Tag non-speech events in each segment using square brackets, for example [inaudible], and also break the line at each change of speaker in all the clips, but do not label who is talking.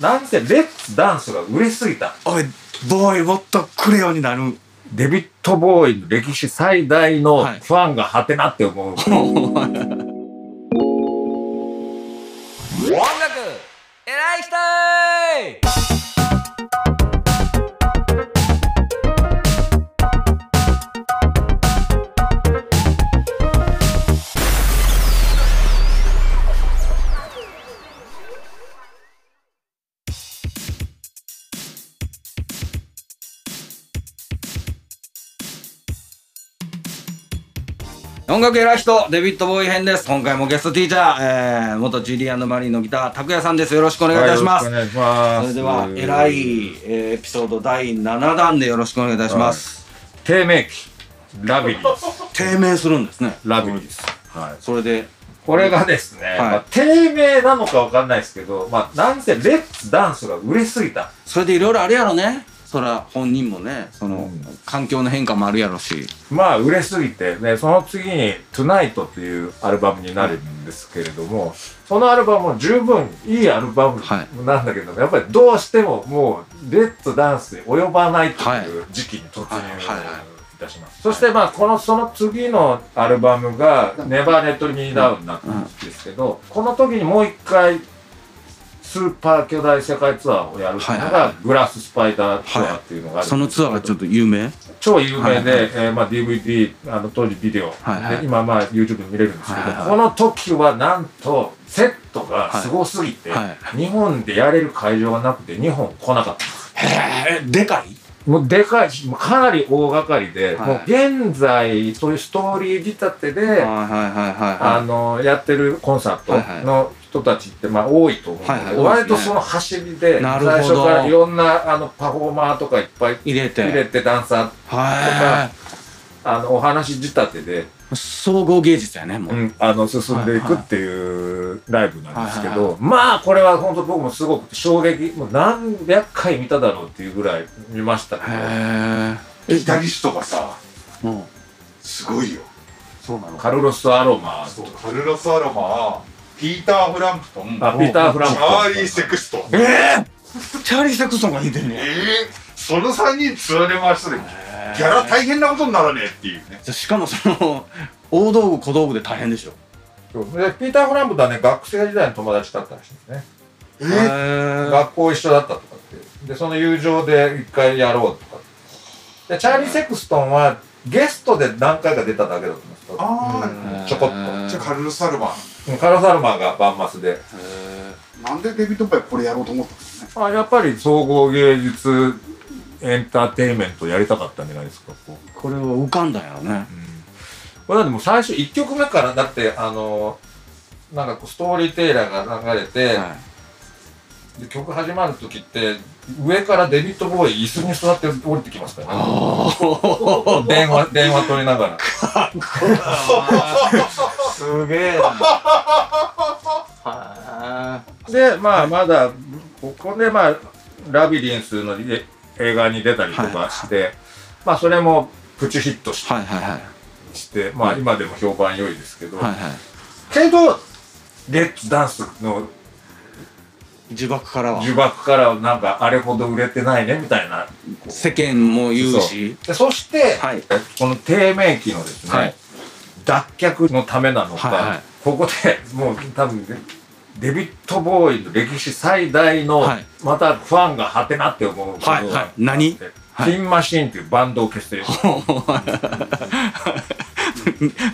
なんせ、レッツダンスが売れすぎた。
おい、ボーイ、もっとくれよになる。
デビットボーイの歴史最大の
はい
ファンがハテナって思う。音楽偉い人
音楽偉い人、デビッド・ボーイ編です。今回もゲストティーチャー、えー、元ジュリアンド・マリーのギター、拓也さんです。よろしくお願いいたします。
お願いします。
それでは、偉い、えーエピソード第7弾でよろしくお願いいたします。
低迷期。ラビリーです。
低迷するんですね。
ラビリーです。はい。
それで、
これがですね、まあ、低迷なのかわかんないですけど、まあ、なんせ、レッツダンスが売れすぎた。
それでいろいろあるやろね。そら、本人もね、その、環境の変化もあるやろし。
まあ売れすぎて、ね、その次に「TONIGHT」っていうアルバムになるんですけれども、そのアルバムも十分いいアルバム
はい
なんだけど、やっぱりどうしてももう「レッツダンス」で及ばないと
はい
いう時期に突入
はいはいはい
いたします、そしてまあこのその次のアルバムが「Never Let Me Down」なったんですけど、この時にもう一回スーパー巨大世界ツアーをやるっていうの
はいはいは
が「グラススパイダーツアー」っていうのがあるんですけど
そのツアーがちょっと有名
超有名で、
はいは
えーまあ、DVD あの当時ビデオ、
はいはい
で今まあ YouTube で見れるんですけど、
はいはいはい
この時はなんとセットがすごすぎて、
はいは
日本でやれる会場がなくて日本来なかった
へえ、でかい
もうでかいしもうかなり大掛かりで、
はい
もう現在そういうストーリー仕立てで、
はいはいはい
あ
は
のやってるコンサー
はいは
ト
い
の人たちってまあ多いと思うんだけど、
はいはい
割とその走りで
な
最
るほど
初からいろんなあのパフォーマーとかいっぱい
い。入れて。
入れてダンサー
は
あのお話仕立てで
い。総合芸術やね、もう。
うん、あの進んでいくっていうライブなんですけ
はいはいは
ど、まあこれは本当僕もすごく衝撃、もう何百回見ただろうっていうぐらい見ましたけど、
へえ。
ギタリストがさ
も
すごいよ
そうなの
カルロス・アロマ
そうカルロス・アロマピーター・フランプトン
あ、ピーター・フラン
チ
ク
ャーリー・セクストンえ
チャーリー・セクストンが弾いてる
え
ね
その3人釣られましたねギャラ大変なことにならねえっていうね
しかもその大道具小道具で大変でしょ
そうでピーター・フランクとはね、学生時代の友達だったらしいんですね。
え
へえ
学校一緒だったとかって。で、その友情で一回やろうとかって。で、チャーリー・セクストンはゲストで何回か出ただけだと思うんですけど
あ
うんちょこっと。
あじゃあカルロス・アロマ
うんカルロス・アロマがバンマスで。
なんでデビッド・バイこれやろうと思ったんですね
あやっぱり総合芸術エンターテインメントやりたかったんじゃないですかこう
これは浮かんだよね
これだってもう最初1曲目からだってあのなんかこうストーリーテイラーが流れて、
は
で曲始まる時って上からデビッド・ボーイ椅子に座って降りてきますからね電話電話取りながら
すげ [laughs] え
でまあまだここでまあラビリンスのえ映画に出たりとかして、まあそれもプチヒットし
はいはいはい
して、まあ今でも評判良いですけど、
はいはい
けど、レッツダンスの
呪縛からは
呪縛からなんかあれほど売れてないねみたいな。
世間も言うし
でそして、
はい
この低迷期のですね、
はい
脱却のためなのか、
はいはい
ここでもう多分ね、デビットボーイの歴史最大の、
はい
またファンがハテナって思うことが
はいはい [laughs] 何
で
はい
ピンマシーンっていうバンドを結成して、
フ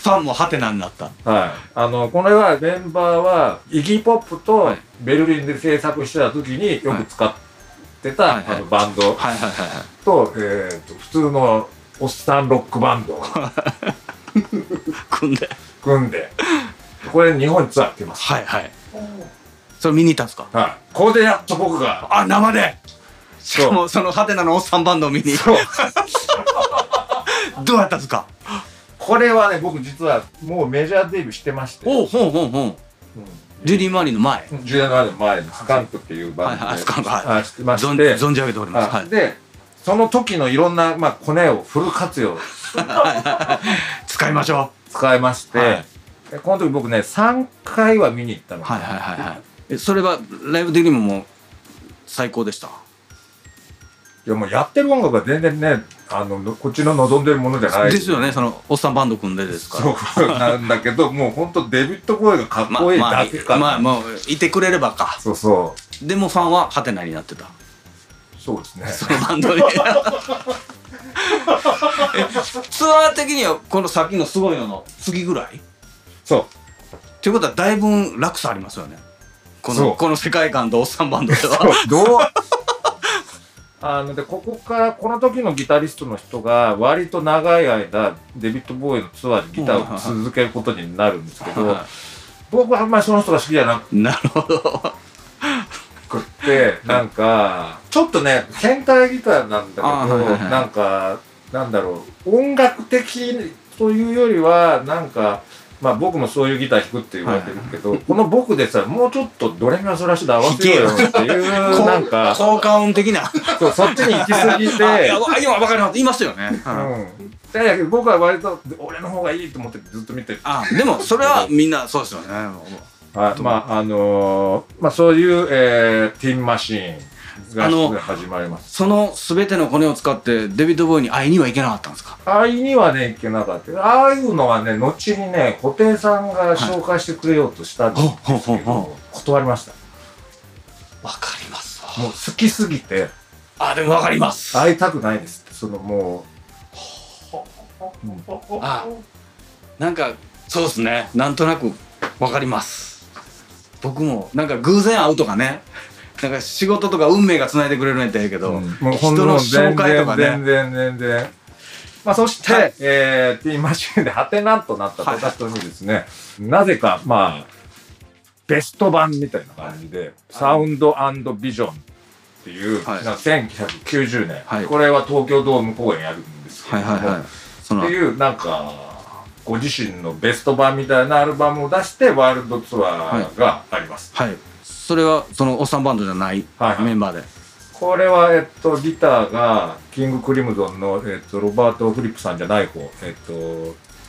ァンもハテナになった
はい、あのこれはメンバーはイギー・ポップとベルリンで制作してた時によく使ってた、
はいはいはい
あのバンド、
はいはいはいはい
と,、えー、と普通のおっさんロックバ
[laughs]
ンドを
組んで
組んでこれ日本ツアー来てます、
はいはいそれ見に行ったんですか
はい、ここでやっと僕が
あ生でし
そう
かもそのハテナのおっさんバンドを見に
そう
[laughs] どうやったんですか
これはね僕実はもうメジャーデビューしてまして、
おうほうほうほうジュリー・マリーの前
うん、17年前のスカンクっていうバンドで、
はいはいスカンクはい
はいしてまして
存存じ上げております
は
はい
い、でその時のいろんな、まあ、コネをフル活用
使いましょ
使いまして、
はい
でこの時僕ね3回は見に行った
う
の、
はいはいはいはいえそれはライブ的にももう最高でした。
いやもうやってる音楽は全然ねあののこっちの望んでるものじゃない
ですよね、その、おっさんバンド組んでですから。
そうなんだけど [laughs] もう本当デビッド・ボーイがかっ
まあ、
こいい
まあ
だけか、ら、
まあ、まあ、いてくれればか。
そうそ
でもファンはハテナになってた。
うそうですね
そのバン [laughs] ドに。ツアー的には、このさっきのすごいのの次ぐらい
そ
ということはだいぶ落差ありますよねこ
そ
の
う
この世界観とおっさんバンドで
う
は
そうどうあのでここからこの時のギタリストの人が割と長い間デビッド・ボーイのツアーでギターを続けることになるんですけど
は
僕はあんまりその人が好きじゃなく
いなるほど
くって、なんか、ちょっとね、変態ギターなんだけど、
あーはいはいはい
なんか、なんだろう、音楽的というよりは、なんか、まあ僕もそういうギター弾くって言われてるけど、この僕でさ、もうちょっとドレミファソラシド合わせようよっていう、
こう
なんか、
効果音的な
そうそっちに行き過ぎ
[laughs] あい
て
や、わ今分かりますいますよね、
う
あ
ん。だけど僕は割と、俺の方がいいと思ってずっと見てる。
でもそれはみんなそうですよね
はい、まああのーまあそういう、えー、ティンマシーン
あの
が始まります。
その全てのコネを使ってデビッド・ボーイに会いにはいけなかったんですか
あいにはね、いけなかったけど。ああいうのはね、後にね、布袋さんが紹介してくれようとしたんです
ほうほう
けど、断りました。
分かりますわ
もう好きすぎて、
あでも分かります
会いたくないですって、そのも
あなんかそうですねなんとなく分かります僕もなんか偶然会うとかねなんか仕事とか運命がつないでくれるんやったらええけ
う、
ど、
もう
人
ん
の
全
紹介と
然、
か
全
ね
然、全然。まあそして、
はい
えー、ティーンマシンでハテナとなった
はい
途端にですね、なぜか、まあ、ベスト版みたいな感じで、サウンドビジョンっていう、
はい
なんか1990年、
はい
これは東京ドーム公演やるんですけ
は
れ
い
ども、
はいはいそ
っ
の
ていうなんかご自身のベスト版みたいなアルバムを出してワールドツアーがあります、
はいそれはそのおっさんバンドじゃない
はいはい
メンバーで、
これはえっとギターがキングクリムゾンの、えっと、ロバート・フリップさんじゃない方えっと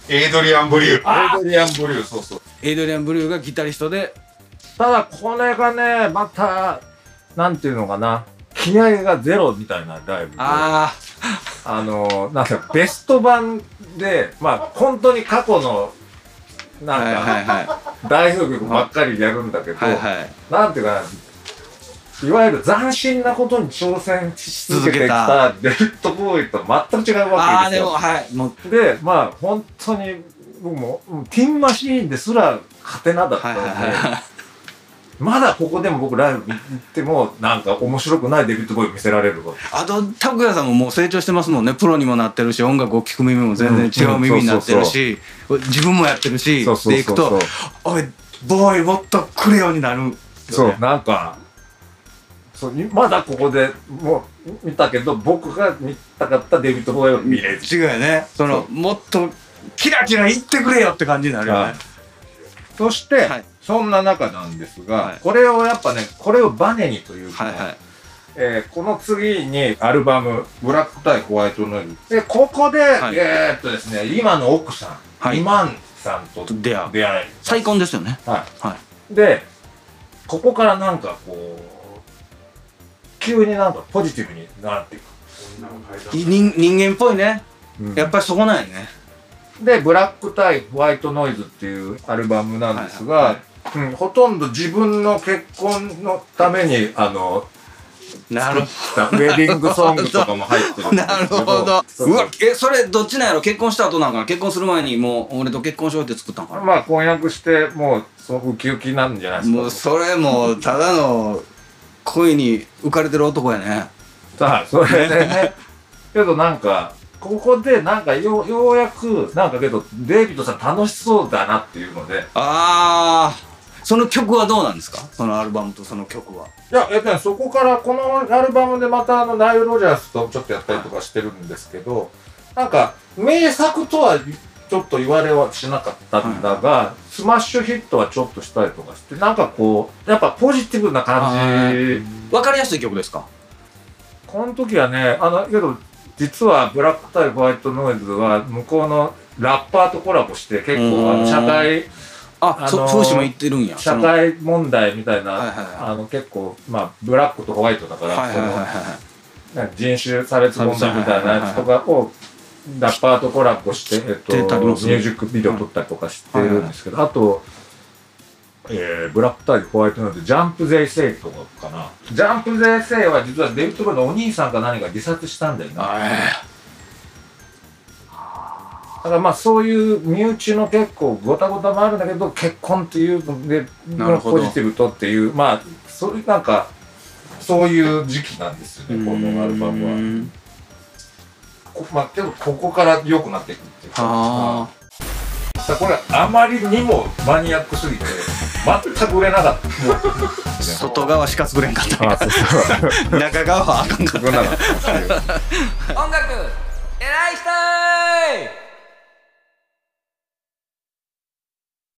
エイドリアン・ブリュー。
エイドリアン・ブリューそうそう
エイドリアン・ブリューがギタリストで
ただこれがねまたなんていうのかな気合がゼロみたいなライブで
あ
あのなんかベスト版でまあ本当に過去の
あ
なん
はいはい
か
はい
代表曲ばっかりやるんだけど、
はいはい
なんていうかな、いわゆる斬新なことに挑戦し続けてきたデビッド・ボーイと全く違う
あ
わ
あ
けで
ですも
よ。
はいもう
で、まあ、本当に、僕も、うんティンマシーンですら勝てなだった
はい
ので、
はいは
まだここでも僕ライブ行っても、なんか面白くないデビッド・ボーイ見せられるわ。
いあと拓哉さんももう成長してますもんねプロにもなってるし音楽を聴く耳も全然違う耳になってるし自分もやってるし
そうそうそう
でいくと「おいボーイもっとくれよ」になるよね
そう、なんか、そうまだここでもう見たけど、僕が見たかったデビッド・ボーイを見れる。
違うよねその
そ
もっとキラキラ言ってくれよって感じになるよ
は
ね
いそして、
はい
そんな中なんですが、
はい
これをやっぱね、これをバネにというか、
はいはい
えーこの次にアルバム、ブラック対ホワイトノイズ。で、ここで、
はい
えーっとですね、今の奥さん、
はい
イマンさんと
出会う
出会い。
再婚ですよね
は。
はい
で、ここからなんかこう、急になんかポジティブになっていく。
い人人間っぽいねやっぱりそこなんやね
で、ブラック対ホワイトノイズっていうアルバムなんですが、
はい
うん、ほとんど自分の結婚のために、あの、
なる
ウェディングソングとかも入ってるんですけ
[laughs] なるほど
そう
う
そ
わ
う
えそれどっちなんやろ結婚した後なんかな結婚する前にもう俺と結婚しようって作ったんか
まあ婚約してもうそのウキウキなんじゃない
な
ですか
もうそれもうただの恋に浮かれてる男やね
さあ [laughs] それでねけどなんかここでなんかようようやくなんかけどデイビッドさん楽しそうだなっていうので
ああその曲はどうなんですかそのアルバムとその曲はい
ややっぱりそこからこのアルバムでまたあのナイル・ロジャースとちょっとやったりとかしてるんですけどなんか名作とはちょっと言われはしなかったんだが、スマッシュヒットはちょっとしたりとかしてなんかこうやっぱポジティブな感じ
わかりやすい曲ですか
この時はね、あの、けど、実はブラック対ホワイトノイズは向こうのラッパーとコラボして結
う
構
ん
あの社会
あ、
あ
そ
のー
フーシも言ってるんや。そ
社
の
会問題みたいな、
はいはいはい
あの結構、まあ、ブラックとホワイトだから、
はいはいはいはい
その人種差別問題みたいなやつとかを、ラッパーとコラボして、えっと、ミ
出たり
ュ
もする
ージックビデオ撮ったりとかしてるんですけど、あと、えーブラック対ホワイトなんで、ジャンプ税制とかかな。ジャンプ税制は実はデビッド・ボーイのお兄さんか何か自殺したんだよな。
あ
ただまあそういう身内の結構ごたごたもあるんだけど結婚っていうので
なるほど
ポジティブとっていうまあそれなんかそういう時期なんです
ー
よねこのアルバム
う
は。
ーん
こまあでもここから良くなっていくっていう
は
さあこれあまりにもマニアックすぎて全く売れなかった。
あ。外側しか作れんかった。 [laughs] 中側はあかんかった。
作れなかったっていう
音楽偉い人ー